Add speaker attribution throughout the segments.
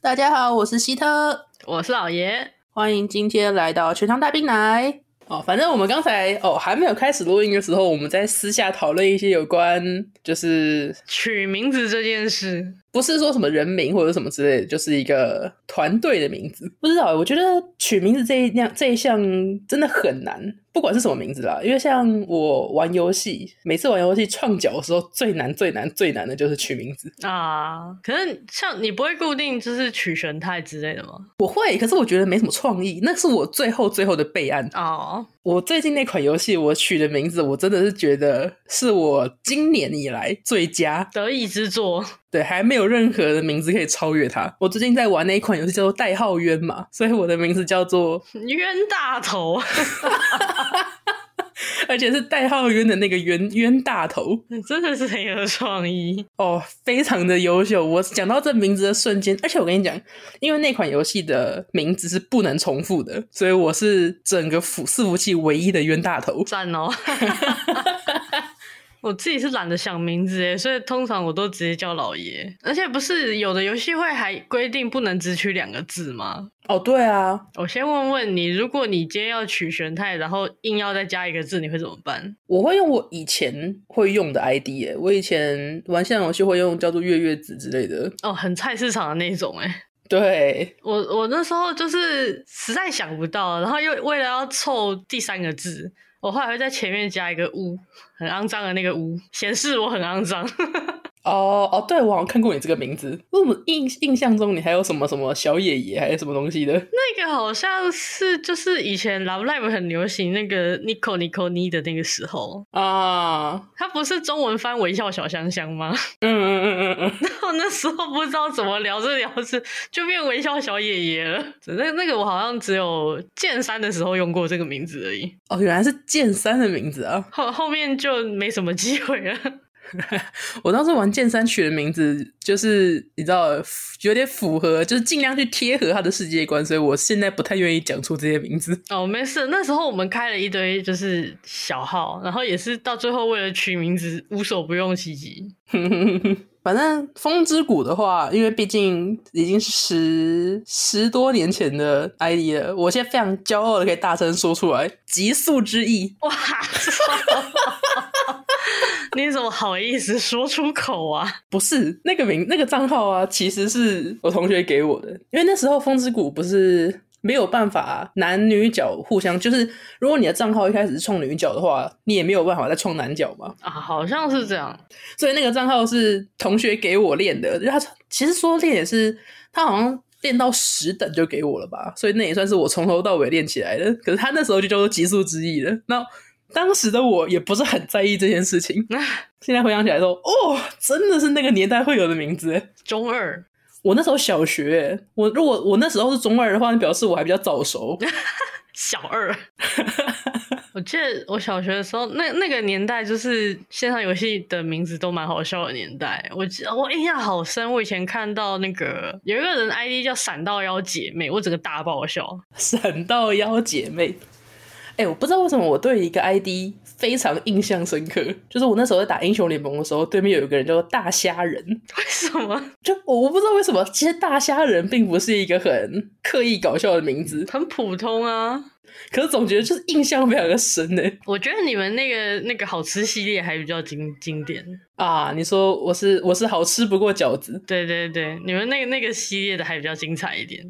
Speaker 1: 大家好，我是希特，
Speaker 2: 我是老爷，
Speaker 1: 欢迎今天来到全糖大冰奶。哦，反正我们刚才哦还没有开始录音的时候，我们在私下讨论一些有关就是
Speaker 2: 取名字这件事，
Speaker 1: 不是说什么人名或者什么之类的，就是一个团队的名字。不知道，我觉得取名字这一样这一项真的很难，不管是什么名字啦。因为像我玩游戏，每次玩游戏创角的时候，最难、最难、最难的就是取名字。
Speaker 2: 啊，可是像你不会固定就是取玄太之类的吗？
Speaker 1: 我会，可是我觉得没什么创意，那是我最后最后的备案。
Speaker 2: 哦，
Speaker 1: 我最近那款游戏，我取的名字，我真的是觉得是我今年以来最佳。
Speaker 2: 得意之作，
Speaker 1: 对，还没有任何的名字可以超越它。我最近在玩那一款游戏叫做《代号冤》嘛，所以我的名字叫做，
Speaker 2: 冤大头，
Speaker 1: 而且是代号冤的那个冤冤大头
Speaker 2: 真的是很有创意。
Speaker 1: 哦，非常的优秀。我讲到这名字的瞬间，而且我跟你讲，因为那款游戏的名字是不能重复的，所以我是整个服伺服器唯一的冤大头。
Speaker 2: 赞哦！ 我自己是懒得想名字诶，所以通常我都直接叫老爷。而且不是有的游戏会还规定不能只取两个字吗？
Speaker 1: 哦，对啊，
Speaker 2: 我先问问你，如果你今天要取玄太，然后硬要再加一个字，你会怎么办？
Speaker 1: 我会用我以前会用的 ID 耶，我以前玩线上游戏会用叫做月月子之类的。
Speaker 2: 哦，很菜市场的那种诶。
Speaker 1: 对，
Speaker 2: 我我那时候就是实在想不到，然后又为了要凑第三个字，我后来会在前面加一个污，很肮脏的那个污，显示我很肮脏。
Speaker 1: 哦哦，对，我好像看过你这个名字。我怎么印印象中你还有什么什么小野爷还是什么东西的？
Speaker 2: 那个好像是就是以前 Love Live 很流行那个 Nico Nico Ni 的那个时候，
Speaker 1: 啊，
Speaker 2: 它不是中文翻微笑小香香吗？
Speaker 1: 嗯嗯嗯嗯嗯，
Speaker 2: 然后那时候不知道怎么聊着聊着就变微笑小爷爷了。那那个我好像只有剑三的时候用过这个名字而已，
Speaker 1: 哦，原来是剑三的名字啊！
Speaker 2: 后后面就没什么机会了。
Speaker 1: 我当时玩剑三取的名字，就是你知道，有点符合，就是尽量去贴合他的世界观，所以我现在不太愿意讲出这些名字。
Speaker 2: 哦，没事。那时候我们开了一堆就是小号，然后也是到最后为了取名字无所不用其极。
Speaker 1: 反正风之谷的话，因为毕竟已经十十多年前的 ID 了，我现在非常骄傲的可以大声说出来，极速之翼。
Speaker 2: 哇， 你怎么好意思说出口啊？
Speaker 1: 不是那个名那个账号啊，其实是我同学给我的，因为那时候风之谷不是没有办法男女角互相，就是如果你的账号一开始是创女角的话，你也没有办法再创男角嘛，
Speaker 2: 啊，好像是这样。
Speaker 1: 所以那个账号是同学给我练的，他其实说练也是他好像。练到十等就给我了吧，所以那也算是我从头到尾练起来的。可是他那时候就叫做极速之翼了。那当时的我也不是很在意这件事情，现在回想起来说，哦，真的是那个年代会有的名字耶。
Speaker 2: 中二，
Speaker 1: 我那时候小学欸，我如果我那时候是中二的话，那表示我还比较早熟。
Speaker 2: 小二。我记得我小学的时候，那那个年代就是线上游戏的名字都蛮好笑的年代。我记我印象好深，我以前看到那个有一个人 ID 叫闪到腰姐妹，我整个大爆笑。
Speaker 1: 闪到腰姐妹，哎、我不知道为什么我对一个 ID 非常印象深刻，就是我那时候在打英雄联盟的时候，对面有一个人叫做大虾人，
Speaker 2: 为什么？
Speaker 1: 就我我不知道为什么，其实大虾人并不是一个很刻意搞笑的名字，
Speaker 2: 很普通啊。
Speaker 1: 可是总觉得就是印象非常的深呢。
Speaker 2: 我觉得你们那个那个好吃系列还比较经经典，
Speaker 1: 啊，你说我是我是好吃不过饺子，
Speaker 2: 对对对，你们那个那个系列的还比较精彩一点。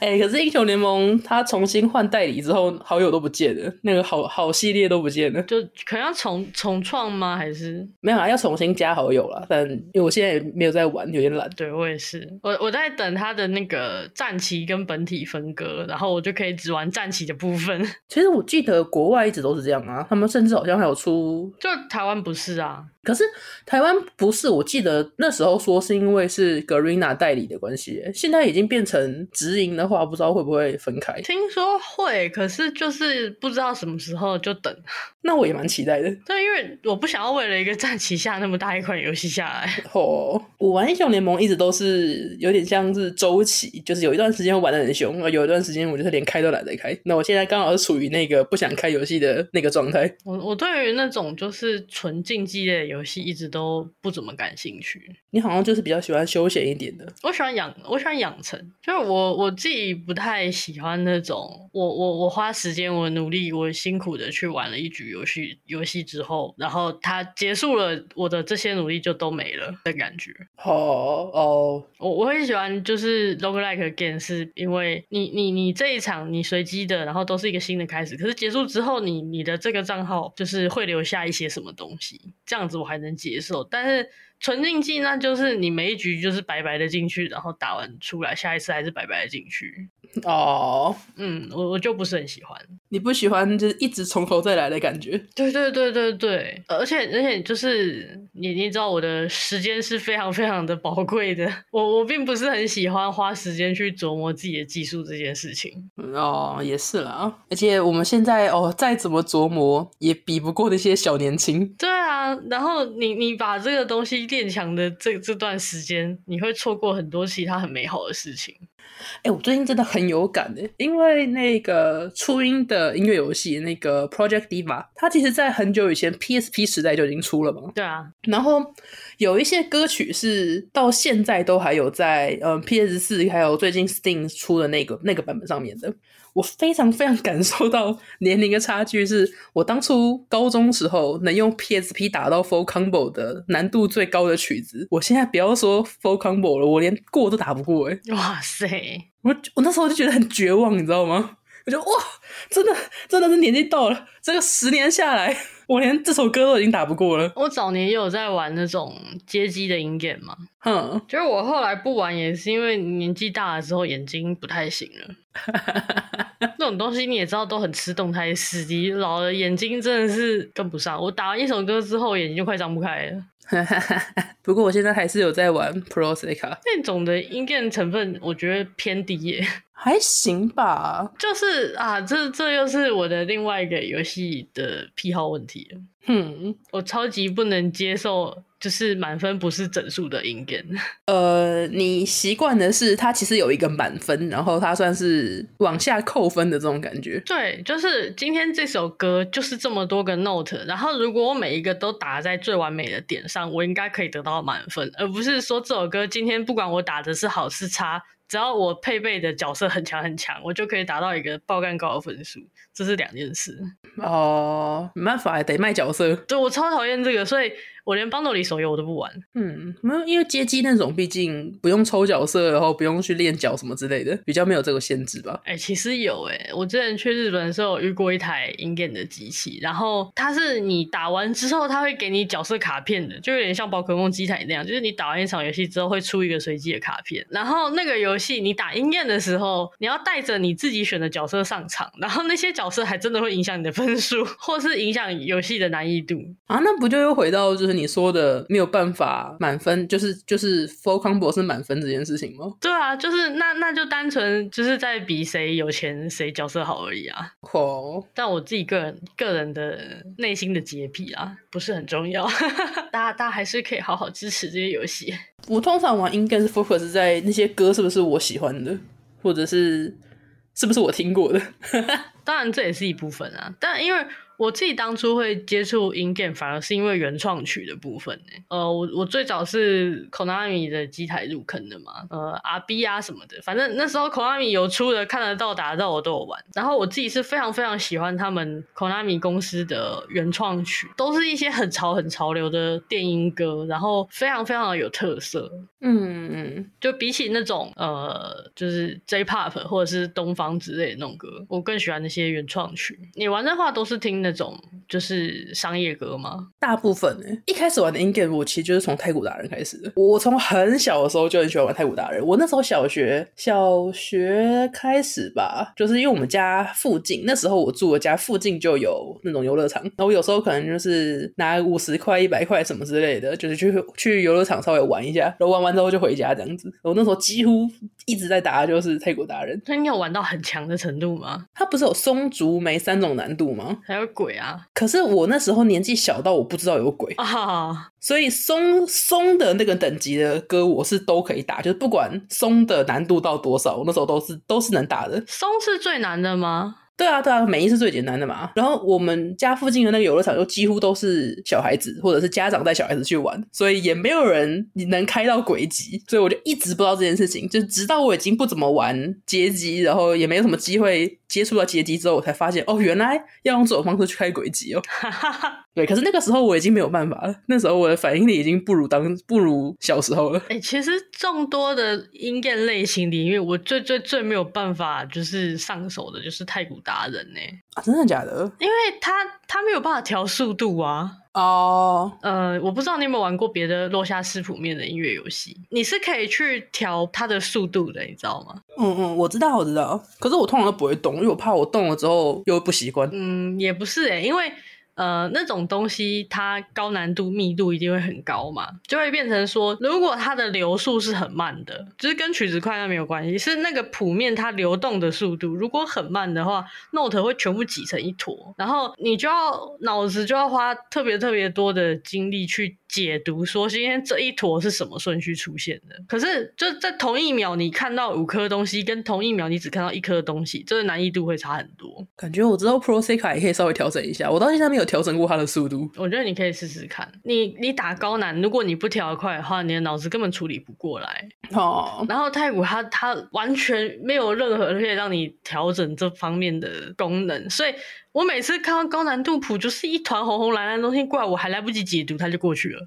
Speaker 1: 哎、可是英雄联盟它重新换代理之后，好友都不见了，那个好好系列都不见了。
Speaker 2: 就可能要重重创吗？还是
Speaker 1: 没有啊，要重新加好友了，但因为我现在也没有在玩，有点懒。
Speaker 2: 对我也是，我我在等它的那个战旗跟本体分割，然后我就可以只玩战旗的部分。
Speaker 1: 其实我记得国外一直都是这样啊，他们甚至好像还有出，
Speaker 2: 就台湾不是啊，
Speaker 1: 可是台湾不是，我记得那时候说是因为是 Garena 代理的关系，现在已经变成直营的话，不知道会不会分开。
Speaker 2: 听说会，可是就是不知道什么时候就等。
Speaker 1: 那我也蛮期待的。
Speaker 2: 对，因为我不想要为了一个战旗下那么大一款游戏下来。
Speaker 1: 哦，我玩英雄联盟一直都是有点像是周期，就是有一段时间我玩的很凶，有一段时间我就是连开都懒得开。那我现在刚好是处于那个不想开游戏的那个状态。
Speaker 2: 我我对于那种就是纯竞技类的游戏一直都不怎么感兴趣。
Speaker 1: 你好像就是比较喜欢休闲一点的，
Speaker 2: 我喜欢养，我喜欢养成，就是我我自己不太喜欢那种我我我花时间，我努力，我辛苦的去玩了一局游戏游戏之后，然后它结束了，我的这些努力就都没了的感觉。
Speaker 1: 哦哦，
Speaker 2: 我我会喜欢就是 roguelike game，是因为你你你这一场你随机的，然后都是一个新的开始，可是结束之后你你的这个账号就是会留下一些什么东西，这样子我还能接受。但是纯竞技那就是你每一局就是白白的进去，然后打完出来，下一次还是白白的进去。
Speaker 1: 哦，
Speaker 2: 嗯，我我就不是很喜欢。
Speaker 1: 你不喜欢就是一直从头再来的感觉。
Speaker 2: 对对对对对，而且而且就是你你知道我的时间是非常非常的宝贵的，我我并不是很喜欢花时间去琢磨自己的技术这件事情。
Speaker 1: 嗯哦，也是啦，而且我们现在哦，再怎么琢磨也比不过那些小年轻。
Speaker 2: 对啊，然后你你把这个东西练强的这这段时间，你会错过很多其他很美好的事情。
Speaker 1: 哎、我最近真的很有感哎，因为那个初音的音乐游戏那个 Project Diva，它其实在很久以前 PSP 时代就已经出了嘛。
Speaker 2: 对啊，
Speaker 1: 然后有一些歌曲是到现在都还有在嗯 PS 四还有最近 Steam 出的那个那个版本上面的。我非常非常感受到年龄的差距是，我当初高中时候能用 PSP 打到 Full Combo 的难度最高的曲子，我现在不要说 Full Combo 了，我连过都打不过诶、欸
Speaker 2: 哇塞！
Speaker 1: 我我那时候就觉得很绝望，你知道吗？我就哇，真的真的是年纪到了，这个十年下来，我连这首歌都已经打不过了。
Speaker 2: 我早年也有在玩那种街机的音 game 嘛，
Speaker 1: 哼，
Speaker 2: 就是我后来不玩也是因为年纪大了之后眼睛不太行了。那种东西你也知道都很吃动态视力，老了眼睛真的是跟不上。我打完一首歌之后眼睛就快张不开了。
Speaker 1: 不过我现在还是有在玩 Pro s e c a
Speaker 2: 那种的音乐成分我觉得偏低耶，
Speaker 1: 还行吧。
Speaker 2: 就是啊，这这又是我的另外一个游戏的癖好问题了。
Speaker 1: 哼，
Speaker 2: 我超级不能接受，就是满分不是整数的音乐。
Speaker 1: 呃，你习惯的是它其实有一个满分，然后它算是往下扣分的这种感觉。
Speaker 2: 对，就是今天这首歌就是这么多个 note，然后如果我每一个都打在最完美的点上，我应该可以得到满分，而不是说这首歌今天不管我打的是好是差，只要我配备的角色很强很强，我就可以达到一个爆干高的分数，这是两件事。
Speaker 1: 哦、没办法，得卖角色。
Speaker 2: 对我超讨厌这个，所以我连 Bundle 里手游我都不玩。
Speaker 1: 嗯，没有，因为街机那种毕竟不用抽角色，然后不用去练脚什么之类的，比较没有这个限制吧。
Speaker 2: 哎、其实有哎、我之前去日本的时候有遇过一台 in game 的机器，然后它是你打完之后，它会给你角色卡片的，就有点像宝可梦机台那样，就是你打完一场游戏之后会出一个随机的卡片，然后那个游戏你打 in game 的时候，你要带着你自己选的角色上场，然后那些角色还真的会影响你的分数， 或是影响游戏的难易度。
Speaker 1: 啊，那不就又回到就是你说的没有办法满分，就是就是 full combo 是满分这件事情吗？
Speaker 2: 对啊，就是那那就单纯就是在比谁有钱谁角色好而已啊。
Speaker 1: 哦，
Speaker 2: 但我自己个人个人的内心的洁癖啊，不是很重要。 大家大家还是可以好好支持这些游戏。
Speaker 1: 我通常玩 in game 是 focus 在那些歌是不是我喜欢的，或者是是不是我听过的。
Speaker 2: 当然这也是一部分啊，但因为我自己当初会接触 in game，反而是因为原创曲的部分、欸、呃，我我最早是 Konami 的机台入坑的嘛，呃，RB 啊什么的，反正那时候 Konami 有出的、看得到、打得到我都有玩。然后我自己是非常非常喜欢他们 Konami 公司的原创曲，都是一些很潮很潮流的电音歌，然后非常非常的有特色。
Speaker 1: 嗯，
Speaker 2: 就比起那种呃，就是 J-pop 或者是东方之类的那种歌，我更喜欢那些原创曲。你玩的话都是听那种就是商业歌吗？
Speaker 1: 大部分呢、一开始玩的 in game 我其实就是从太古达人开始的。我从很小的时候就很喜欢玩太古达人，我那时候小学小学开始吧，就是因为我们家附近那时候我住的家附近就有那种游乐场，那我有时候可能就是拿五十块、一百块什么之类的，就是去去游乐场稍微玩一下，然后玩完之后就回家这样子。我那时候几乎一直在打的就是太古达人，
Speaker 2: 那你有玩到很强的程度吗？
Speaker 1: 它不是有松竹梅三种难度吗？
Speaker 2: 还有鬼啊！
Speaker 1: 可是我那时候年纪小到我不知道有鬼，
Speaker 2: 啊，
Speaker 1: 所以松松的那个等级的歌我是都可以打，就是不管松的难度到多少，我那时候都是都是能打的。
Speaker 2: 松是最难的吗？
Speaker 1: 对啊，对啊，每一是最简单的嘛。然后我们家附近的那个游乐场又几乎都是小孩子或者是家长带小孩子去玩，所以也没有人能开到鬼级，所以我就一直不知道这件事情，就直到我已经不怎么玩街机，然后也没有什么机会接触到街机之后，我才发现哦，原来要用这种方式去开鬼级哦。
Speaker 2: 哈哈哈。
Speaker 1: 对，可是那个时候我已经没有办法了，那时候我的反应力已经不如当不如小时候了。
Speaker 2: 哎、其实众多的音乐类型里面，我最最最没有办法就是上手的就是太鼓达人呢、
Speaker 1: 啊、真的假的？
Speaker 2: 因为他他没有办法调速度啊。
Speaker 1: 哦、
Speaker 2: 呃，我不知道你有没有玩过别的落下食谱面的音乐游戏，你是可以去调它的速度的，你知道吗？
Speaker 1: 嗯嗯，我知道我知道，可是我通常都不会动，因为我怕我动了之后又不习惯。
Speaker 2: 嗯，也不是诶、因为呃那种东西它高难度密度一定会很高嘛，就会变成说，如果它的流速是很慢的，就是跟曲子快慢没有关系，是那个谱面它流动的速度，如果很慢的话，note 会全部挤成一坨，然后你就要脑子就要花特别特别多的精力去解读，说今天这一坨是什么顺序出现的。可是就在同一秒你看到五颗东西，跟同一秒你只看到一颗东西，这个难易度会差很多。
Speaker 1: 感觉我知道 Pro Seca 也可以稍微调整一下，我到现在没有调整过它的速度。
Speaker 2: 我觉得你可以试试看。你你打高难，如果你不调得快的话，你的脑子根本处理不过来。
Speaker 1: 哦，
Speaker 2: 然后太古它它完全没有任何可以让你调整这方面的功能，所以我每次看到高难度谱就是一团红红蓝蓝的东西过来，我还来不及解读，它就过去了。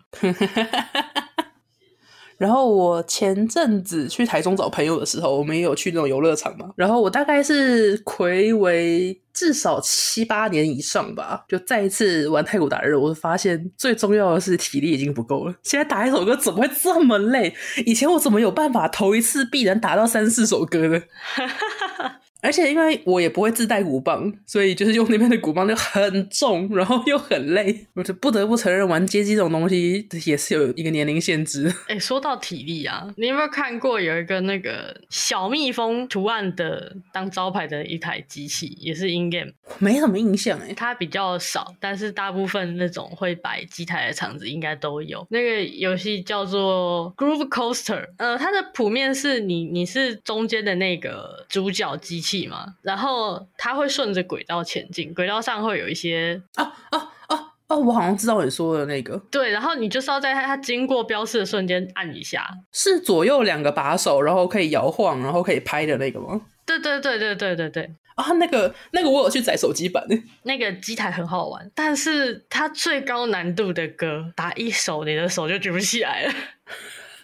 Speaker 1: 然后我前阵子去台中找朋友的时候，我们也有去那种游乐场嘛。然后我大概是暌违至少七八年以上吧，就再一次玩太古达人，我就发现最重要的是体力已经不够了。现在打一首歌怎么会这么累？以前我怎么有办法头一次必然打到三四首歌呢？ 而且因为我也不会自带鼓棒，所以就是用那边的鼓棒就很重，然后又很累。我就不得不承认，玩街机这种东西也是有一个年龄限制的。
Speaker 2: 哎，说到体力啊，你有没有看过有一个那个小蜜蜂图案的当招牌的一台机器，也是 in game，
Speaker 1: 没什么印象哎、
Speaker 2: 它比较少，但是大部分那种会摆机台的场子应该都有。那个游戏叫做 Groove Coaster，呃，它的谱面是你你是中间的那个主角机器嘛，然后它会顺着轨道前进，轨道上会有一些
Speaker 1: 啊啊啊啊！我好像知道你说的那个，
Speaker 2: 对，然后你就是要在它它经过标示的瞬间按一下。
Speaker 1: 是左右两个把手，然后可以摇晃，然后可以拍的那个吗？
Speaker 2: 对对对对对对对，
Speaker 1: 啊，那个那个我有去载手机版欸
Speaker 2: 那个机台很好玩，但是它最高难度的歌，打一首你的手就举不起来了。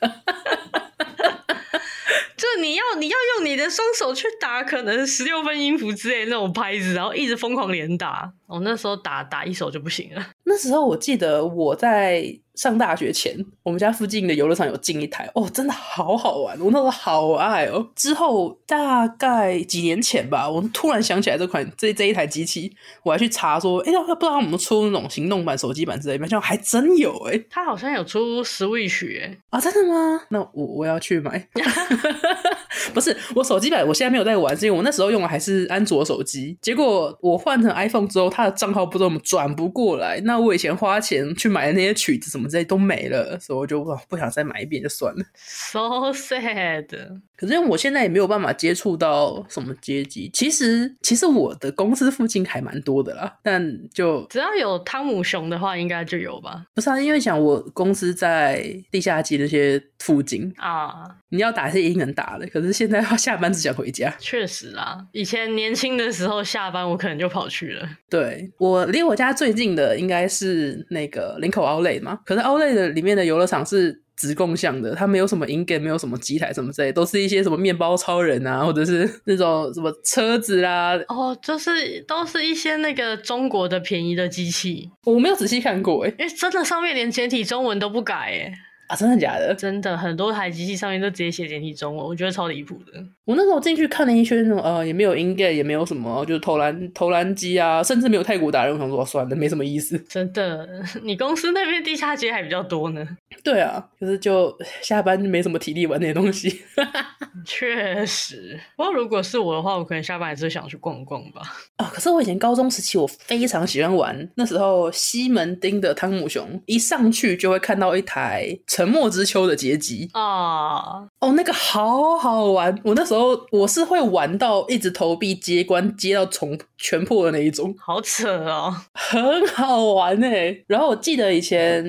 Speaker 2: 就你要你要用你的双手去打，可能十六分音符之类的那种拍子，然后一直疯狂连打。我、那时候打打一首就不行了。
Speaker 1: 那时候我记得我在上大学前，我们家附近的游乐场有进一台，哦，真的好好玩，我那时候好爱哦。之后大概几年前吧，我突然想起来这款这这一台机器，我还去查说，哎、要不知道有没有出那种行动版、手机版之类的，像还真有哎、
Speaker 2: 它好像有出 Switch 哎、
Speaker 1: 啊，真的吗？那我我要去 买。不是，我手机版我现在没有在玩，是因为我那时候用的还是安卓手机，结果我换成 iPhone 之后，它的账号不知道怎么转不过来。那我以前花钱去买的那些曲子什么之类都没了，所以我就哇不想再买一遍就算了。
Speaker 2: s o sad。
Speaker 1: 可是因为我现在也没有办法接触到什么阶级，其实其实我的公司附近还蛮多的啦，但就
Speaker 2: 只要有汤姆熊的话，应该就有吧？
Speaker 1: 不是啊，因为想我公司在地下街那些附近，
Speaker 2: 啊，
Speaker 1: 你要打是一定能打的，可是现在要下班只想回家。
Speaker 2: 确实啦。以前年轻的时候下班，我可能就跑去了。
Speaker 1: 对我离我家最近的应该是那个林口 Outlet 嘛，可是 Outlet 的里面的游乐场是直供向的，它没有什么 in game，没有什么机台什么之类，都是一些什么面包超人啊，或者是 那种什么车子啊啦、
Speaker 2: 哦，就是都是一些那个中国的便宜的机器，
Speaker 1: 我没有仔细看过诶、欸
Speaker 2: 因为真的上面连简体中文都不改诶。
Speaker 1: 啊，真的假的？
Speaker 2: 真的很多台机器上面都直接写简体中文，我觉得超离谱的。
Speaker 1: 我那时候进去看了一圈，呃，也没有 in game，也没有什么，就是投篮投篮机啊，甚至没有太古达人。我想说，算了，没什么意思。
Speaker 2: 真的， 你公司那边地下街还比较多呢。
Speaker 1: 对啊，可是就下班就没什么体力玩那些东西。
Speaker 2: 确实，不过如果是我的话，我可能下班还是想去逛逛吧。
Speaker 1: 啊、可是我以前高中时期，我非常喜欢玩那时候西门町的汤姆熊，一上去就会看到一台《沉默之丘》的结集。
Speaker 2: 啊，
Speaker 1: 哦，那个好好玩！我那时候我是会玩到一直投币接关，接到重全破的那一种，
Speaker 2: 好扯哦。
Speaker 1: 很好玩哎、然后我记得以前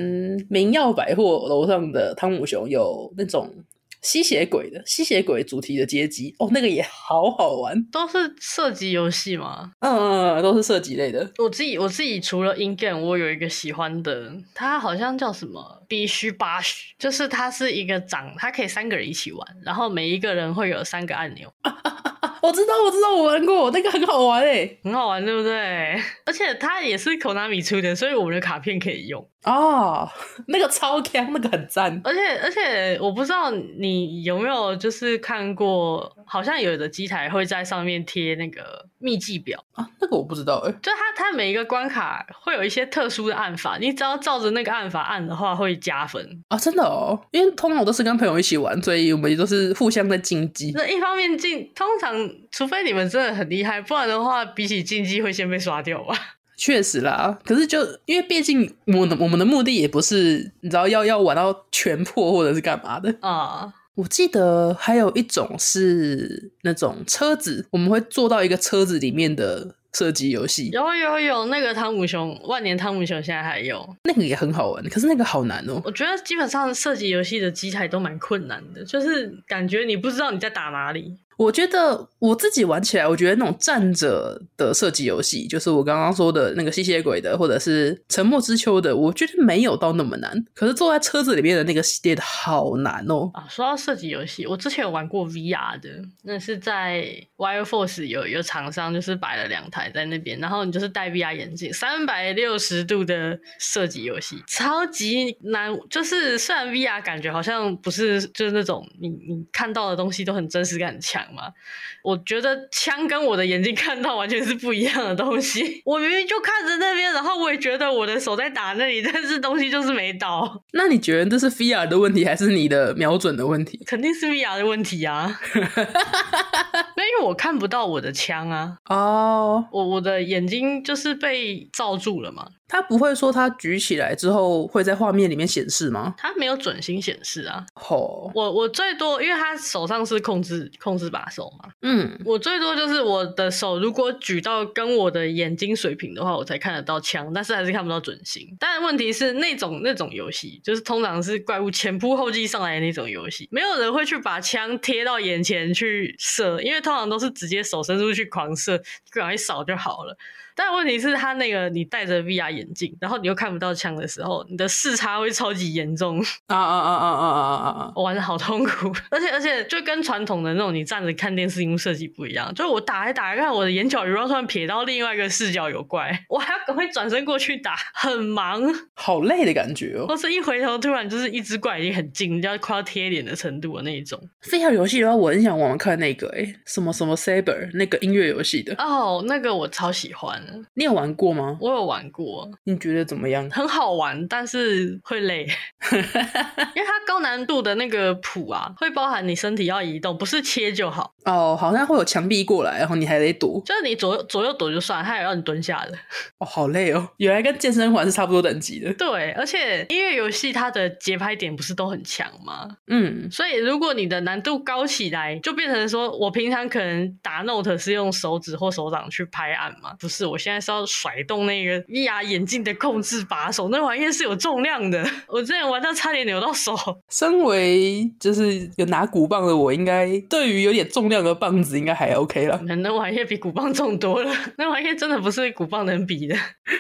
Speaker 1: 明耀百货楼上的汤姆熊有那种吸血鬼的吸血鬼主题的街机，哦，那个也好好玩。
Speaker 2: 都是射击游戏嘛。
Speaker 1: 嗯嗯，嗯都是射击类的。
Speaker 2: 我自己我自己除了 In Game，我有一个喜欢的，它好像叫什么必须八须，就是它是一个长，它可以三个人一起玩，然后每一个人会有三个按钮，
Speaker 1: 啊，我知道，我知道，我玩过，那个很好玩哎、
Speaker 2: 很好玩，对不对？而且它也是 Konami 出的，所以我们的卡片可以用。
Speaker 1: 哦，那个超强，那个很赞。
Speaker 2: 而且而且我不知道你有没有就是看过，好像有的机台会在上面贴那个秘技表。
Speaker 1: 啊，那个我不知道哎、
Speaker 2: 就它它每一个关卡会有一些特殊的按法，你只要照着那个按法按的话会加分。
Speaker 1: 啊，真的哦，因为通常我都是跟朋友一起玩，所以我们都是互相在竞技。
Speaker 2: 那一方面竞，通常除非你们真的很厉害，不然的话，比起竞技会先被刷掉吧。
Speaker 1: 确实啦，可是就因为毕竟我的我们的目的也不是你知道要要玩到全破或者是干嘛的。
Speaker 2: 啊、
Speaker 1: 我记得还有一种是那种车子，我们会做到一个车子里面的射击游戏，
Speaker 2: 有有有，那个汤姆熊，万年汤姆熊现在还有。
Speaker 1: 那个也很好玩，可是那个好难哦。
Speaker 2: 我觉得基本上射击游戏的机台都蛮困难的，就是感觉你不知道你在打哪里。
Speaker 1: 我觉得我自己玩起来，我觉得那种站着的射击游戏，就是我刚刚说的那个吸血鬼的，或者是沉默之丘的，我觉得没有到那么难。可是坐在车子里面的那个系列的好难哦。
Speaker 2: 啊，说到射击游戏，我之前有玩过 VR 的，那是在 Wire Force 有有厂商就是摆了两台在那边，然后你就是戴 VR 眼镜，三百六十度的射击游戏，超级难。就是虽然 VR 感觉好像不是就是那种你你看到的东西都很真实感很强嘛，我觉得枪跟我的眼睛看到完全是不一样的东西。 我明明就看着那边，然后我也觉得我的手在打那里，但是东西就是没倒，
Speaker 1: 那你觉得这是 VR 的问题，还是你的瞄准的问题？
Speaker 2: 肯定是 VR 的问题啊。那因为我看不到我的枪啊，
Speaker 1: 哦，
Speaker 2: 我我的眼睛就是被罩住了嘛，
Speaker 1: 它不会说它举起来之后会在画面里面显示吗？
Speaker 2: 它没有准星显示啊。
Speaker 1: 哦，
Speaker 2: 我我最多，因为他手上是控制控制把手嘛，
Speaker 1: 嗯，
Speaker 2: 我最多就是我的手如果举到跟我的眼睛水平的话，我才看得到枪，但是还是看不到准星。但问题是那种那种游戏，就是通常是怪物前仆后继上来的那种游戏，没有人会去把枪贴到眼前去射，因为通常都是直接手伸出去狂射，不小一扫就好了。但问题是，他那个你戴着 VR 眼镜，然后你又看不到枪的时候，你的视差会超级严重。
Speaker 1: 啊啊啊啊啊啊啊啊！
Speaker 2: 我玩的好痛苦， 而且而且就跟传统的那种你站着看电视荧幕设计不一样，就是我打来打来看我的眼角余光突然瞥到另外一个视角有怪， 我还要赶快转身过去打，很忙，
Speaker 1: 好累的感觉哦。
Speaker 2: 或是一回头突然就是一只怪已经很近，要快要贴脸的程度的那一种。
Speaker 1: VR 游戏的话，我很想玩玩看那个诶、什么什么 Saber 那个音乐游戏的，
Speaker 2: 哦，那个我超喜欢，
Speaker 1: 你有玩过吗？
Speaker 2: 我有玩过，
Speaker 1: 你觉得怎么样？
Speaker 2: 很好玩，但是会累， 因为它高难度的那个谱啊，会包含你身体要移动，不是切就好，
Speaker 1: 哦，好像会有墙壁过来，然后你还得躲，
Speaker 2: 就是你左右左右躲就算，它也让你蹲下的。
Speaker 1: 哦，好累哦。原来跟健身环是差不多等级的。
Speaker 2: 对，而且音乐游戏它的节拍点不是都很强吗？
Speaker 1: 嗯，
Speaker 2: 所以如果你的难度高起来，就变成说我平常可能打 note 是用手指或手掌去拍按嘛，不是，我现在是要甩动那个 VR 眼镜的控制把手，那玩意儿是有重量的。我之前玩到差点扭到手，
Speaker 1: 身为就是有拿鼓棒的我，应该对于有点重量的棒子应该还 OK 啦。
Speaker 2: 那玩意儿比鼓棒重多了，那玩意儿真的不是鼓棒能比的。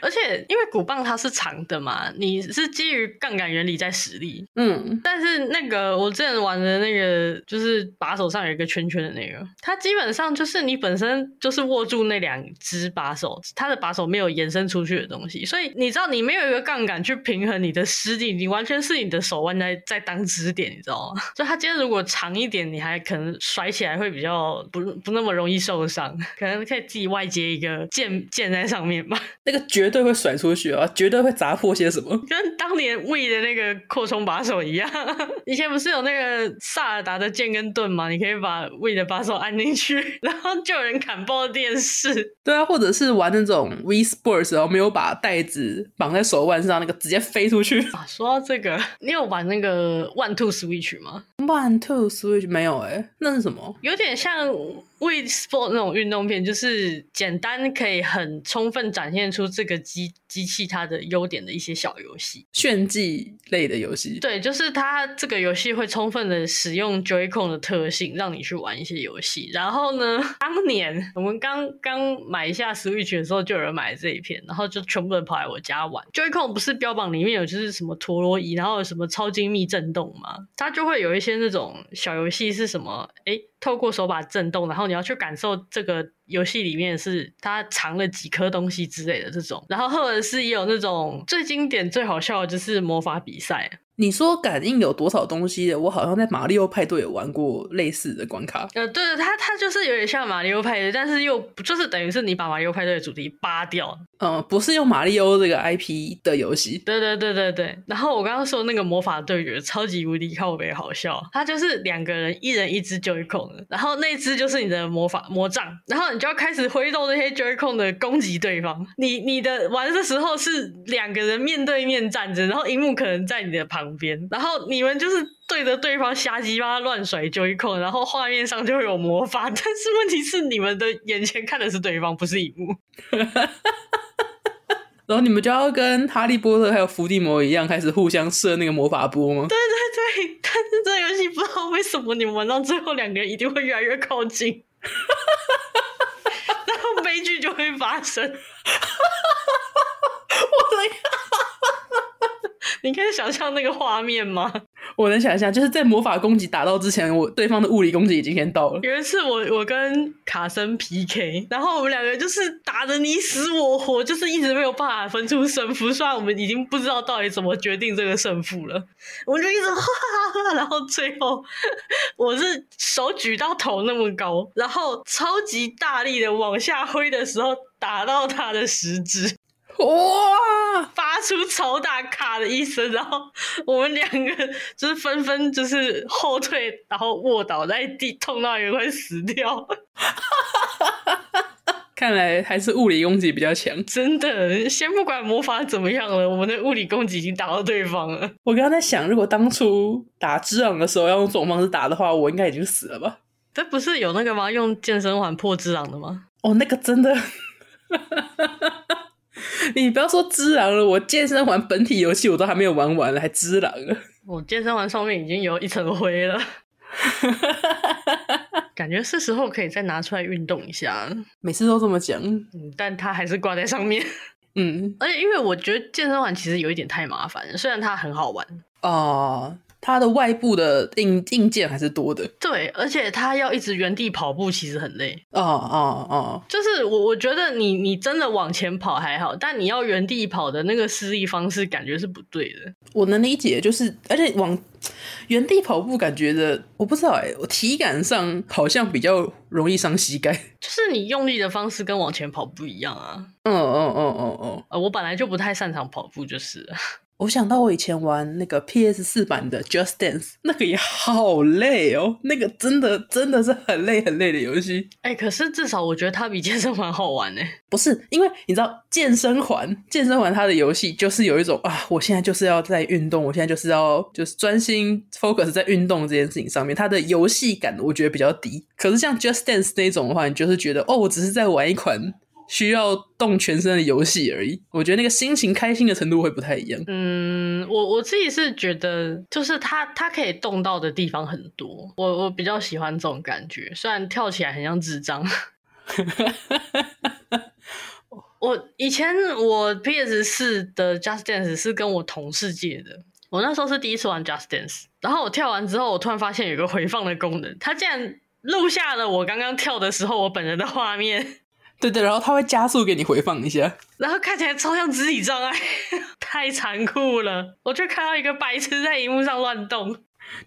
Speaker 2: 而且因为鼓棒它是长的嘛，你是基于杠杆原理在使力，
Speaker 1: 嗯，
Speaker 2: 但是那个我之前玩的那个，就是把手上有一个圈圈的那个，它基本上就是你本身就是握住那两只把手，它的把手没有延伸出去的东西，所以你知道你没有一个杠杆去平衡你的施力，你完全是你的手腕在在当支点，你知道吗？就它今天如果长一点，你还可能甩起来会比较不不那么容易受伤，可能可以自己外接一个箭箭在上面吧。
Speaker 1: 那个绝对会甩出去啊，绝对会砸破些什么。
Speaker 2: 跟当年 We 的那个扩充把手一样， 以前不是有那个萨尔达的剑跟盾嘛？你可以把 We 的把手按进去， 然后就有人砍爆电视。
Speaker 1: 对啊，或者是玩那种 V Sports，然后没有把袋子绑在手腕上，那个直接飞出去。
Speaker 2: 啊，说到这个，你有玩那个 One Two Switch 吗？
Speaker 1: One Two Switch 没有哎、那是什么？
Speaker 2: 有点像 We Sport 那种运动片，就是简单可以很充分展现出这个机机器它的优点的一些小游戏。
Speaker 1: 炫技类的游戏？
Speaker 2: 对，就是它这个游戏会充分的使用 Joy-Con 的特性，让你去玩一些游戏。然后呢，当年我们刚刚买下 Switch 的时候，就有人买这一片，然后就全部人跑来我家玩。Joy-Con 不是标榜里面有就是什么陀螺仪，然后有什么超精密震动吗？它就会有一些那种小游戏是什么？诶，透过手把震动，然后你要去感受这个游戏里面是它藏了几颗东西之类的这种。然后或者是也有那种最经典、最好笑的就是魔法比赛。
Speaker 1: 你说感应有多少东西的？我好像在马里奥派对有玩过类似的关卡。
Speaker 2: 呃，对的，它它就是有点像马里奥派对，但是又不就是等于是你把马里奥派对的主题扒掉。
Speaker 1: 嗯，不是用马里奥这个 IP 的游戏。
Speaker 2: 对对对对对。然后我刚刚说的那个魔法对决超级无敌靠北好笑，它就是两个人一人一只 Joy-Con，的然后那只就是你的魔法魔杖，然后你就要开始挥动那些 Joy-Con 的攻击对方。你你的玩的时候是两个人面对面站着，然后荧幕可能在你的旁边，然后你们就是。对着对方瞎鸡巴乱甩 Joy-Con，然后画面上就会有魔法， 但是问题是你们的眼前看的是对方，不是荧幕。
Speaker 1: 然后你们就要跟哈利波特还有伏地魔一样，开始互相射那个魔法波吗？
Speaker 2: 对对，但是这游戏不知道为什么你们玩到最后两个人一定会越来越靠近，然后悲剧就会发生。你可以想象那个画面吗？
Speaker 1: 我能想象，就是在魔法攻击打到之前，我对方的物理攻击已经先到了。
Speaker 2: 有一次我我跟卡森 PK，然后我们两个就是打的你死我活，就是一直没有办法分出胜负。虽然我们已经不知道到底怎么决定这个胜负了，我们就一直哈哈哈，然后最后我是手举到头那么高，然后超级大力的往下挥的时候打到他的食指。
Speaker 1: 哇！
Speaker 2: 发出超大咔的一声，然后我们两个就是纷纷就是后退，然后卧倒在地，痛到人会死掉。
Speaker 1: 看来还是物理攻击比较强。
Speaker 2: 真的，先不管魔法怎么样了，我们的物理攻击已经打到对方了。
Speaker 1: 我刚刚在想，如果当初打之昂的时候要用这种方式打的话，我应该已经死了吧？
Speaker 2: 这不是有那个吗？用健身环破之狼的吗？
Speaker 1: 哦，那个真的， 你不要说之狼了，我健身环本体游戏我都还没有玩完，还之 狼了。
Speaker 2: 我健身环上面已经有一层灰了，感觉是时候可以再拿出来运动一下了。
Speaker 1: 每次都这么讲，
Speaker 2: 嗯，但它还是挂在上面。
Speaker 1: 嗯，
Speaker 2: 而且因为我觉得健身环其实有一点太麻烦了，虽然它很好玩，
Speaker 1: 哦，它的外部的硬硬件还是多的。
Speaker 2: 对，而且他要一直原地跑步，其实很累。
Speaker 1: 哦哦哦，
Speaker 2: 就是我我觉得你你真的往前跑还好，但你要原地跑的那个施力方式，感觉是不对的。
Speaker 1: 我能理解，就是而且往原地跑步，感觉的我不知道哎、我体感上好像比较容易伤膝盖。
Speaker 2: 就是你用力的方式跟往前跑不一样啊。
Speaker 1: 嗯嗯嗯嗯嗯，
Speaker 2: 呃，我本来就不太擅长跑步，就是了
Speaker 1: 我想到我以前玩那个 PS 四版的 Just Dance，那个也好累哦，那个真的真的是很累很累的游戏。
Speaker 2: 哎、可是至少我觉得它比健身环好玩呢、欸
Speaker 1: 不是因为你知道健身环，健身环它的游戏就是有一种啊，我现在就是要在运动，我现在就是要就是专心 focus 在运动这件事情上面，它的游戏感我觉得比较低。可是像 Just Dance 那种的话，你就是觉得哦，我只是在玩一款需要动全身的游戏而已。我觉得那个心情开心的程度会不太一样。
Speaker 2: 嗯，我我自己是觉得，就是它它可以动到的地方很多，我我比较喜欢这种感觉， 虽然跳起来很像智障。我以前我 PS 四的 Just Dance 是跟我同事借的，我那时候是第一次玩 Just Dance，然后我跳完之后，我突然发现有个回放的功能，它竟然录下了我刚刚跳的时候我本人的画面，
Speaker 1: 对对，然后它会加速给你回放一下。
Speaker 2: 然后看起来超像肢体障碍， 太残酷了！我就看到一个白痴在荧幕上乱动，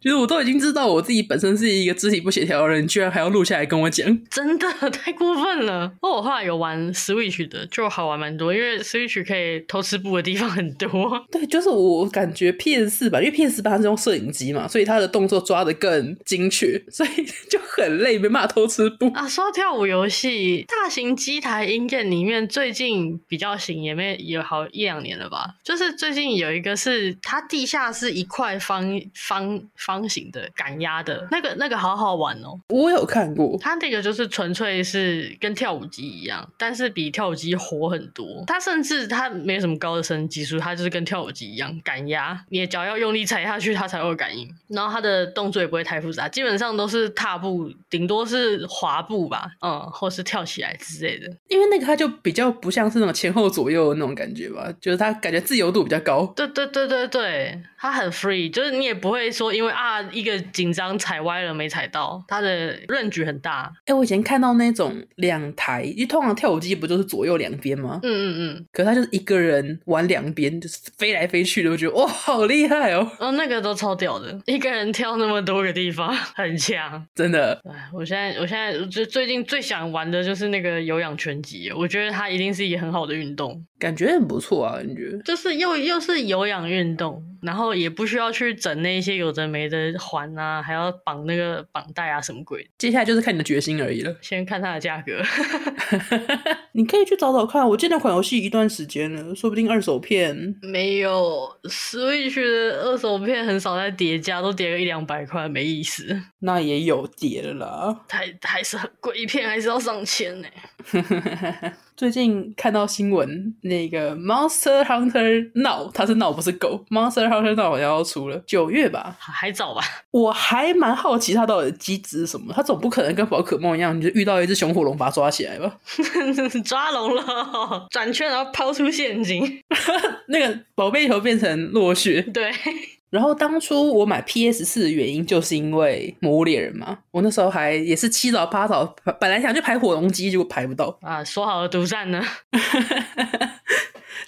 Speaker 1: 就是我都已经知道我自己本身是一个肢体不协调的人，你居然还要录下来跟我讲。
Speaker 2: 真的太过分了。不过我后来有玩 Switch 的，就好玩蛮多，因为 Switch 可以偷吃布的地方很多。
Speaker 1: 对，就是我感觉 PS 四吧，因为 PS 四它是用摄影机嘛，所以它的动作抓的更精确，所以 就很累，没办法偷吃步。
Speaker 2: 啊，说到跳舞游戏，大型机台音键里面最近比较行，也没也好一两年了吧。就是最近有一个是它地下是一块方方方形的赶鸭的那个那个好好玩哦，
Speaker 1: 我有看过，
Speaker 2: 它那个就是纯粹是跟跳舞机一样，但是比跳舞机活很多。它甚至它没什么高的升级数，它就是跟跳舞机一样赶压，你的脚要用力踩下去，它才会有感应。然后它的动作也不会太复杂，基本上都是踏步，顶多是滑步吧，嗯，或是跳起来之类的。
Speaker 1: 因为那个它就比较不像是那种前后左右的那种感觉吧，就是它感觉自由度比较高。
Speaker 2: 对对对对对，它很 free，就是你也不会说因为啊一个紧张踩歪了没踩到，它的润举很大。
Speaker 1: 哎、我以前看到那种两台，因为通常跳舞机不就是左右两边吗？
Speaker 2: 嗯嗯嗯。
Speaker 1: 可是他就是一个人玩两边，就是飞来飞去的，我觉得哇，好厉害哦，
Speaker 2: 哦，那个都超屌的，一个人跳那么多个地方，很强。
Speaker 1: 真的。
Speaker 2: 哎，我现在我现在就最近最想玩的就是那个有氧拳击，我觉得它一定是一个很好的运动，
Speaker 1: 感觉很不错啊，感觉
Speaker 2: 就是又又是有氧运动，然后也不需要去整那些有的没的环啊，还要绑那个绑带啊什么鬼的。
Speaker 1: 接下来就是看你的决心而已了。
Speaker 2: 先看它的价格，
Speaker 1: 你可以去找找看，我记得那款游戏一段时间了，说不定二手片。
Speaker 2: 没有 Switch 的二手片很少在叠加，都叠个一两百块，没意思，
Speaker 1: 那也有碟了啦。
Speaker 2: 还还是很贵，一片还是要上千呢、
Speaker 1: 最近看到新闻，那个 Monster Hunter Now，它是闹不是狗，Monster Hunter Now 好像要出了，九月吧。
Speaker 2: 还还早吧。
Speaker 1: 我还蛮好奇它到底机制是什么，它总不可能跟宝可梦一样，你就遇到一只熊火龙把它抓起来吧？
Speaker 2: 抓龙了， 转圈然后抛出陷 阱。
Speaker 1: 那个宝贝球变成落雪。
Speaker 2: 对，
Speaker 1: 然后当初我买 PS 四的原因，就是因为《魔物猎人》嘛。我那时候还也是七早八早，本来想去排火龙机，结果排不到。
Speaker 2: 啊，说好的独占呢？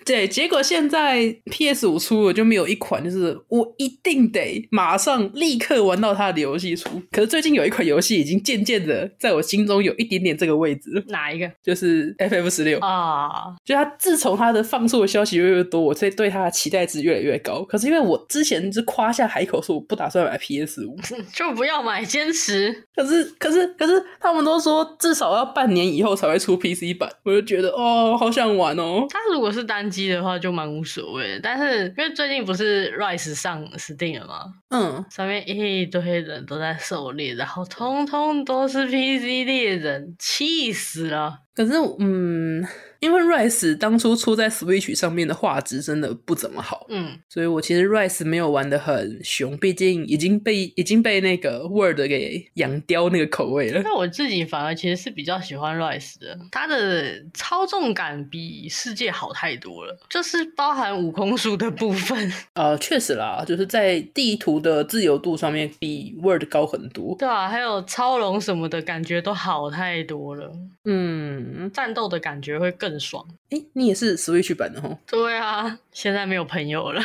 Speaker 1: 对，结果现在 PS 五出了，就没有一款就是我一定得马上立刻玩到它的游戏出。可是最近有一款游戏已经渐渐的在我心中有一点点这个位置了，
Speaker 2: 哪一个
Speaker 1: 就是 FF 十六。
Speaker 2: 啊？
Speaker 1: 就它自从它的放出的消息越来越多，我对对它的期待值越来越高。可是因为我之前是夸下海口说我不打算买 PS 五，
Speaker 2: 就不要买，坚持。
Speaker 1: 可是可是可是他们都说至少要半年以后才会出 PC 版，我就觉得哦，好想玩哦。
Speaker 2: 它如果是单机的话，就蛮无所谓的。但是因为最近不是 Rise 上 Steam 了吗？
Speaker 1: 嗯，
Speaker 2: 上面一堆人都在狩猎，然后通通都是 PC 猎人，气死了。
Speaker 1: 可是嗯，因为 Rise 当初出在 Switch 上面的画质真的不怎么好，
Speaker 2: 嗯，
Speaker 1: 所以我其实 Rise 没有玩的很凶，毕竟已经被已经被那个 Word 给养刁那个口味了。
Speaker 2: 那我自己反而其实是比较喜欢 Rise 的，它的操纵感比世界好太多了，就是包含悟空术的部分。
Speaker 1: 呃，确实啦，就是在地图的自由度上面比 Word 高很多。
Speaker 2: 对啊，还有超龙什么的感觉都好太多了，
Speaker 1: 嗯，
Speaker 2: 战斗的感觉会更爽。
Speaker 1: 诶，你也是 Switch 版的吼？
Speaker 2: 对啊，现在没有朋友了，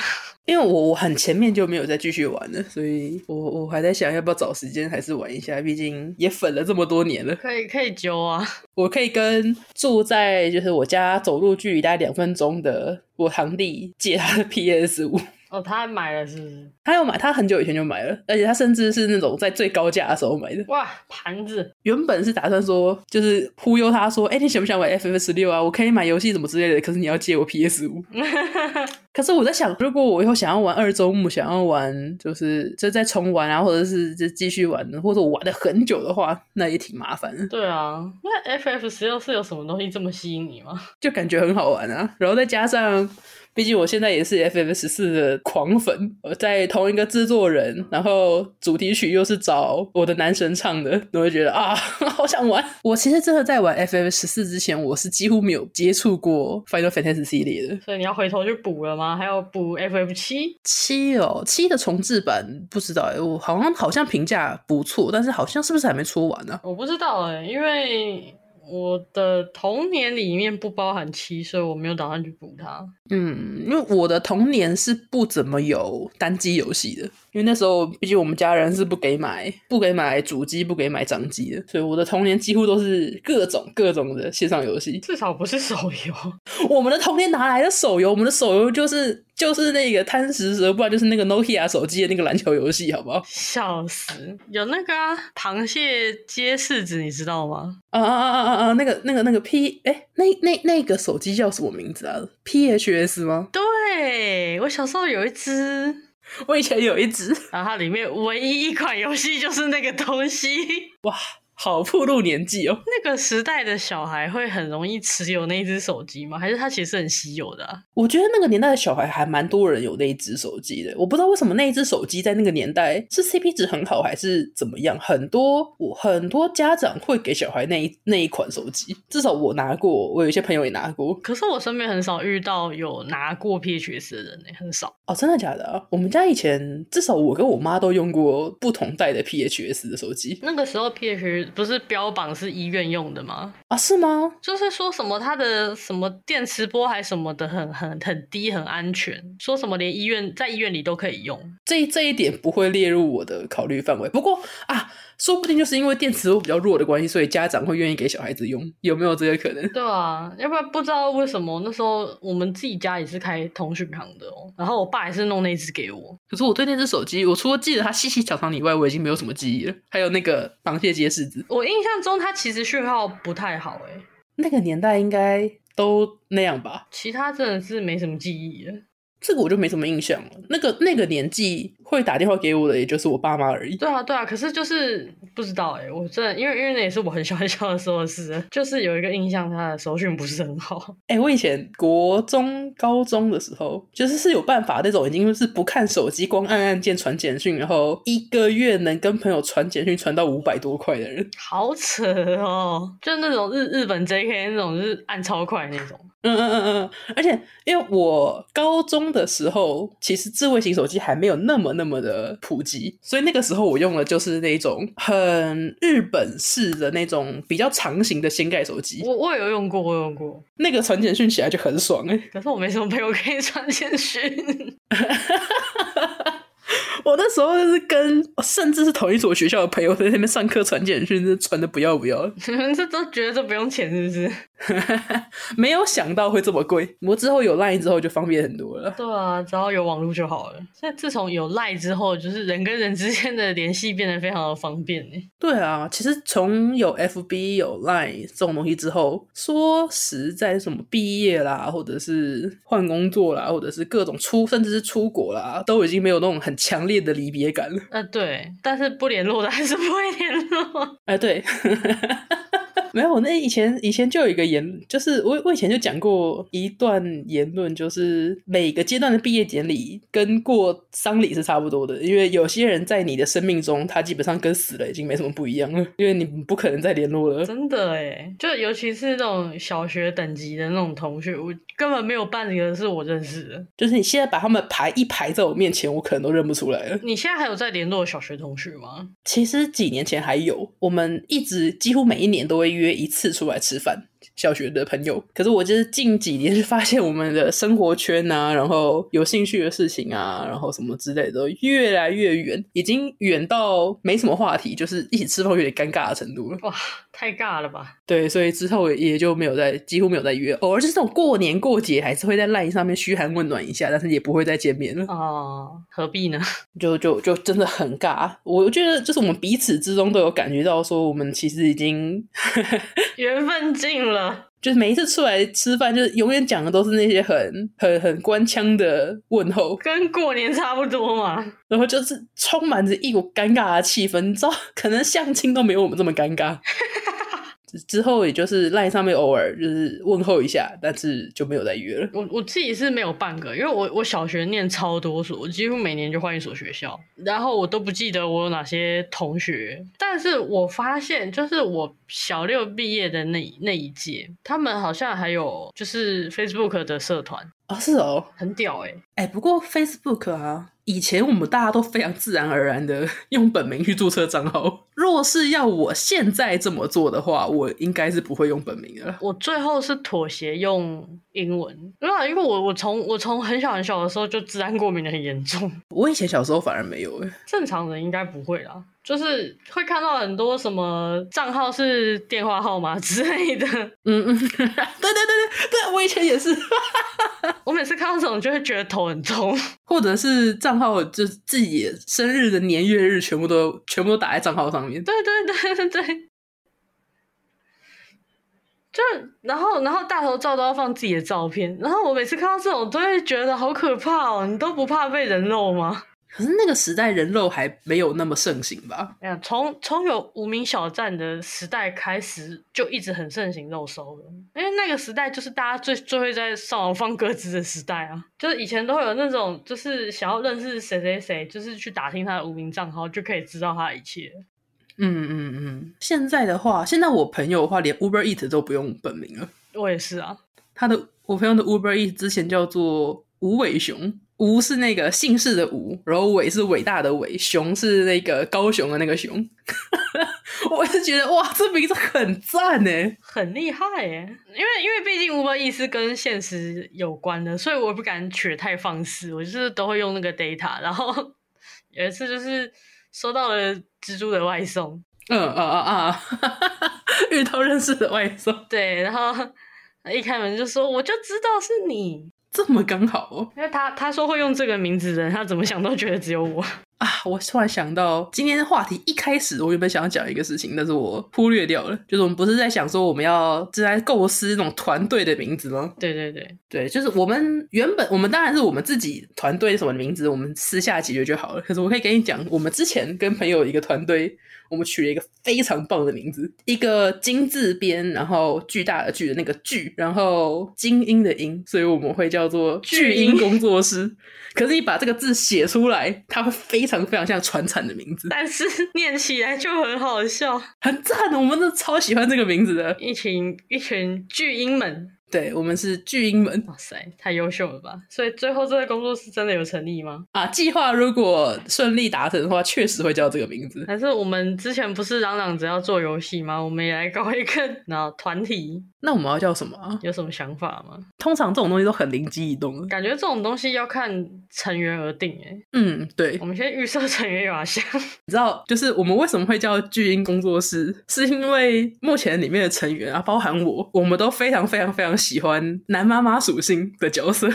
Speaker 1: 因为我我很前面就没有再继续玩了，所以我我还在想要不要找时间还是玩一下，毕竟也粉了这么多年了。
Speaker 2: 可以可以揪啊。
Speaker 1: 我可以跟住在就是我家走路距离大概两分钟的我堂弟借他的 PS 五，
Speaker 2: 哦，他买了是不是？
Speaker 1: 他要买，他很久以前就买了，而且他甚至是那种在最高价的时候买的。
Speaker 2: 哇，盘子
Speaker 1: 原本是打算说就是忽悠他说，哎、你想不想买 FF 十六啊？我可以买游戏什么之类的，可是你要借我 PS 五。可是我在想，如果我以后想要玩二周目，想要玩就是就再重玩啊，或者是就继续玩，或者我玩了很久的话，那也挺麻烦的，
Speaker 2: 对啊，那 FF 十六是有什么东西这么吸引你吗？
Speaker 1: 就感觉很好玩啊。然后再加上毕竟我现在也是 FF 十四的狂粉，我在同一个制作人，然后主题曲又是找我的男神唱的，我就觉得啊， 好想玩。我其实真的在玩 FF 十四之前，我是几乎没有接触过 Final Fantasy 系列的。
Speaker 2: 所以你要回头去补了吗？还要补 FF 七？
Speaker 1: 七哦，七的重置版不知道欸，我好像好像评价不错，但是好像是不是还没出完啊呢、
Speaker 2: 我不知道哎、因为我的童年里面不包含七，所以我没有打算去补它。
Speaker 1: 嗯，因为我的童年是不怎么有单机游戏的，因为那时候毕竟我们家人是不给买、不给买主机、不给买掌机的，所以我的童年几乎都是各种各种的线上游戏。
Speaker 2: 至少不是手游。
Speaker 1: 我们的童年哪来的手游？我们的手游就是就是那个贪食蛇，不然就是那个 Nokia 手机的那个篮球游戏，好不好？
Speaker 2: 笑死！有那个啊、螃蟹接柿子，你知道吗？
Speaker 1: 啊啊啊啊啊啊！那个那个那个 P 哎、那那那个手机叫什么名字啊？PHS 吗？
Speaker 2: 对，我小时候有一只，
Speaker 1: 我以前有一只，
Speaker 2: 然后它里面唯一一款游戏就是那个东西。
Speaker 1: 好暴露年纪哦。
Speaker 2: 那个时代的小孩会很容易持有那一只手机吗？还是它其实很稀有的、啊？
Speaker 1: 我觉得那个年代的小孩还蛮多人有那一只手机的，我不知道为什么那一只手机在那个年代是 CP 值很好还是怎么样，很多我很多家长会给小孩那一那一款手机，至少我拿过，我有一些朋友也拿过。
Speaker 2: 可是我身边很少遇到有拿过 PHS 的人呢、很少。
Speaker 1: 哦，真的假的啊？我们家以前至少我跟我妈都用过不同代的 PHS 的手机
Speaker 2: 那个时候 PH 不是标榜是医院用的吗？
Speaker 1: 啊？是吗？
Speaker 2: 就是说什么它的什么电磁波还什么的很很很低，很安全，说什么连医院在医院里都可以用。
Speaker 1: 这这一点不会列入我的考虑范围。不过啊，说不定就是因为电磁波比较弱的关系，所以家长会愿意给小孩子用，有没有这个可能？
Speaker 2: 对啊，要不然不知道为什么那时候我们自己家也是开通讯行的哦，然后我爸也是弄那只给我。
Speaker 1: 可是我对那只手机，我除了记得它细细长长以外，我已经没有什么记忆了。还有那个螃蟹接柿子，
Speaker 2: 我印象中它其实讯号不太好欸诶、
Speaker 1: 那个年代应该都那样吧？
Speaker 2: 其他真的是没什么记忆了。
Speaker 1: 这个我就没什么印象了。那个那个年纪会打电话给我的，也就是我爸妈而已。
Speaker 2: 对啊，对啊，可是就是不知道哎、我真的因为因为那也是我很小很小的时候的事了，就是有一个印象，它的手讯不是很好。
Speaker 1: 哎、我以前国中、高中的时候，就是是有办法那种，已经是不看手机，光按按键传简讯，然后一个月能跟朋友传简讯传到五百多块的人。
Speaker 2: 好扯哦，就那种日日本 JK 那种，就是按超快那种。
Speaker 1: 嗯嗯嗯嗯，而且因为我高中的时候，其实智慧型手机还没有那么那么的普及，所以那个时候我用的就是那种很日本式的那种比较长型的掀盖手机，
Speaker 2: 我我有用过，我有用过，
Speaker 1: 那个传简讯起来就很爽哎、
Speaker 2: 可是我没什么朋友可以传简讯。
Speaker 1: 我那时候就是跟甚至是同一所学校的朋友在那边上课传简讯，是传的不要不要的。
Speaker 2: 你们这都觉得这不用钱是不是？
Speaker 1: 没有想到会这么贵。我之后有 Line 之后就方便很多了。
Speaker 2: 对啊，只要有网络就好了。现在自从有赖之后，就是人跟人之间的联系变得非常的方便欸呢。
Speaker 1: 对啊，其实从有 FB 有 Line 这种东西之后，说实在，什么毕业啦，或者是换工作啦，或者是各种出，甚至是出国啦，都已经没有那种很强烈的离别感了。
Speaker 2: 呃，对，但是不联络的还是不会联络。
Speaker 1: 哎、对。 没有，我那以前以前就有一个言，就是我我以前就讲过一段言论，就是每个阶段的毕业典礼跟过丧礼是差不多的，因为有些人在你的生命中，他基本上跟死了已经没什么不一样了，因为你不可能再联络了。
Speaker 2: 真的哎，就尤其是那种小学等级的那种同学，我根本没有半个是我认识的。
Speaker 1: 就是你现在把他们排一排在我面前，我可能都认不出来了。
Speaker 2: 你现在还有在联络小学同学吗？
Speaker 1: 其实几年前还有，我们一直几乎每一年都会约一次出来吃饭，小学的朋友。可是我就是近几年就发现我们的生活圈啊，然后有兴趣的事情啊，然后什么之类的，越来越远，已经远到没什么话题，就是一起吃饭有点尴尬的程度了。
Speaker 2: 哇，太尬了吧！
Speaker 1: 对，所以之后也就没有在，几乎没有再约，偶尔就是这种过年过节还是会在 LINE 上面嘘寒问暖一下，但是也不会再见面了。
Speaker 2: 啊、何必呢？
Speaker 1: 就就就真的很尬。我觉得就是我们彼此之中都有感觉到，说我们其实已经
Speaker 2: 缘分尽了。
Speaker 1: 就是每一次出来吃饭，就是永远讲的都是那些很很很官腔的问候，
Speaker 2: 跟过年差不多嘛。
Speaker 1: 然后就是充满着一股尴尬的气氛。你知道，可能相亲都没有我们这么尴尬。之后也就是赖上面偶尔就是问候一下，但是就没有再约了。
Speaker 2: 我我自己是没有半个，因为我我小学念超多所，我几乎每年就换一所学校，然后我都不记得我有哪些同学。但是我发现，就是我小六毕业的那一那一届，他们好像还有就是 Facebook 的社团，
Speaker 1: 啊、是哦，
Speaker 2: 很屌哎、
Speaker 1: 哎、不过 Facebook 啊，以前我们大家都非常自然而然的 用本名去注册账号。若是要我现在这么做的话，我应该是不会用本名的了。
Speaker 2: 我最后是妥协用英文，因为因为我我从我从很小很小的时候就自然过敏的很严重，
Speaker 1: 我以前小时候反而没有、哎，
Speaker 2: 正常人应该不会啦，就是会看到很多什么账号是电话号码之类的。
Speaker 1: 嗯 嗯，对对对对对，我以前也是，
Speaker 2: 我每次看到这种就会觉得头很痛。
Speaker 1: 或者是账号就自己生日的年月日全部都全部都打在账号上面。
Speaker 2: 对对对对对。就然后然后大头照都要放自己的照片，然后我每次看到这种都会觉得好可怕哦！你都不怕被人肉吗？
Speaker 1: 可是那个时代人肉还没有那么盛行吧？
Speaker 2: 哎呀，从从有无名小站的时代开始，就一直很盛行肉搜了。因为那个时代就是大家最最会在上网放歌词的时代啊，就是以前都会有那种，就是想要认识谁谁谁，就是去打听他的无名账号，就可以知道他的一切。
Speaker 1: 嗯嗯嗯。现在的话，现在我朋友的话，连 Uber Eat 都不用本名了。
Speaker 2: 我也是啊，
Speaker 1: 他的我朋友的 Uber E 之前叫做吴伟雄，吴是那个姓氏的吴，然后伟是伟大的伟，雄是那个高雄的那个雄。 我是觉得哇，这名字很赞欸呢。
Speaker 2: 很厉害耶！因为因为毕竟 Uber E 是跟现实有关的，所以我不敢取太放肆，我就是都会用那个 data。然后 有一次就是收到了蜘蛛的外送，
Speaker 1: 嗯啊啊 啊！遇到认识的外送，
Speaker 2: 对，然后一开门就说我就知道是你，
Speaker 1: 这么刚好哦
Speaker 2: 因为他他说会用这个名字的人，他怎么想都觉得只有我。
Speaker 1: 啊！我突然想到，今天的话题一开始我原本想要讲一个事情，但是我忽略掉了。就是我们不是在想说我们要正在构思那种团队的名字吗？
Speaker 2: 对对对，
Speaker 1: 对，就是我们原本我们当然是我们自己团队什么名字，我们私下解决就好了。可是我可以跟你讲，我们之前跟朋友有一个团队，我们取了一个非常棒的名字，一个金字边，然后巨大的巨的那个巨，然后精英的英，所以我们会叫做巨
Speaker 2: 巨
Speaker 1: 英
Speaker 2: 英
Speaker 1: 工作室。可是你把这个字写出来，它会非常非常像传产的名字，
Speaker 2: 但是 念起来就很好笑。
Speaker 1: 很赞，哦我们都超喜欢这个名字的。
Speaker 2: 一群一群巨婴们，
Speaker 1: 对，我们是巨英们。
Speaker 2: 哇塞，太优秀了吧！所以最后这个工作室真的有成立吗？
Speaker 1: 啊，计划如果顺利达成的话，确实会叫这个名字。
Speaker 2: 还是我们之前不是嚷嚷着要做游戏吗？我们也来搞一个然后团体，
Speaker 1: 那我们要叫什么啊？
Speaker 2: 有什么想法吗？
Speaker 1: 通常这种东西都很灵机一动的。
Speaker 2: 感觉这种东西要看成员而定诶、
Speaker 1: 嗯，对，
Speaker 2: 我们先预设成员有哪些？
Speaker 1: 你知道，就是我们为什么会叫巨婴工作室，是因为目前里面的成员啊，包含我，我们都非常非常非常喜欢男妈妈属性的角色，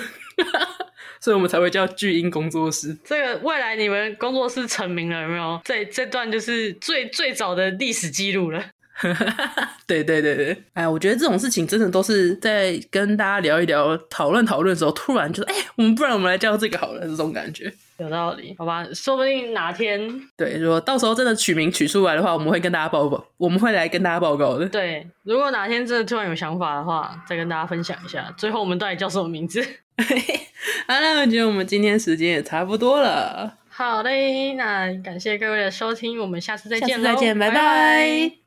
Speaker 1: 所以我们才会叫巨婴工作室。
Speaker 2: 这个未来你们工作室成名了有没有？这这段就是最最早的历史记录了。
Speaker 1: 对对对对，哎，我觉得这种事情真的都是在跟大家聊一聊、讨论讨论的时候，突然就哎，我们不然我们来叫这个好了，这种感觉。
Speaker 2: 有道理，好吧，说不定哪天
Speaker 1: 对，如果到时候真的取名取出来的话，我们会跟大家报告，我们会来跟大家报告的。
Speaker 2: 对，如果哪天真的突然有想法的话，再跟大家分享一下。最后我们到底叫什么名字？
Speaker 1: 好，那我觉得我们今天时间也差不多了，
Speaker 2: 好嘞，那感谢各位的收听，我们下次再
Speaker 1: 下
Speaker 2: 见
Speaker 1: 次
Speaker 2: 喽，
Speaker 1: 再见，拜
Speaker 2: 拜
Speaker 1: 拜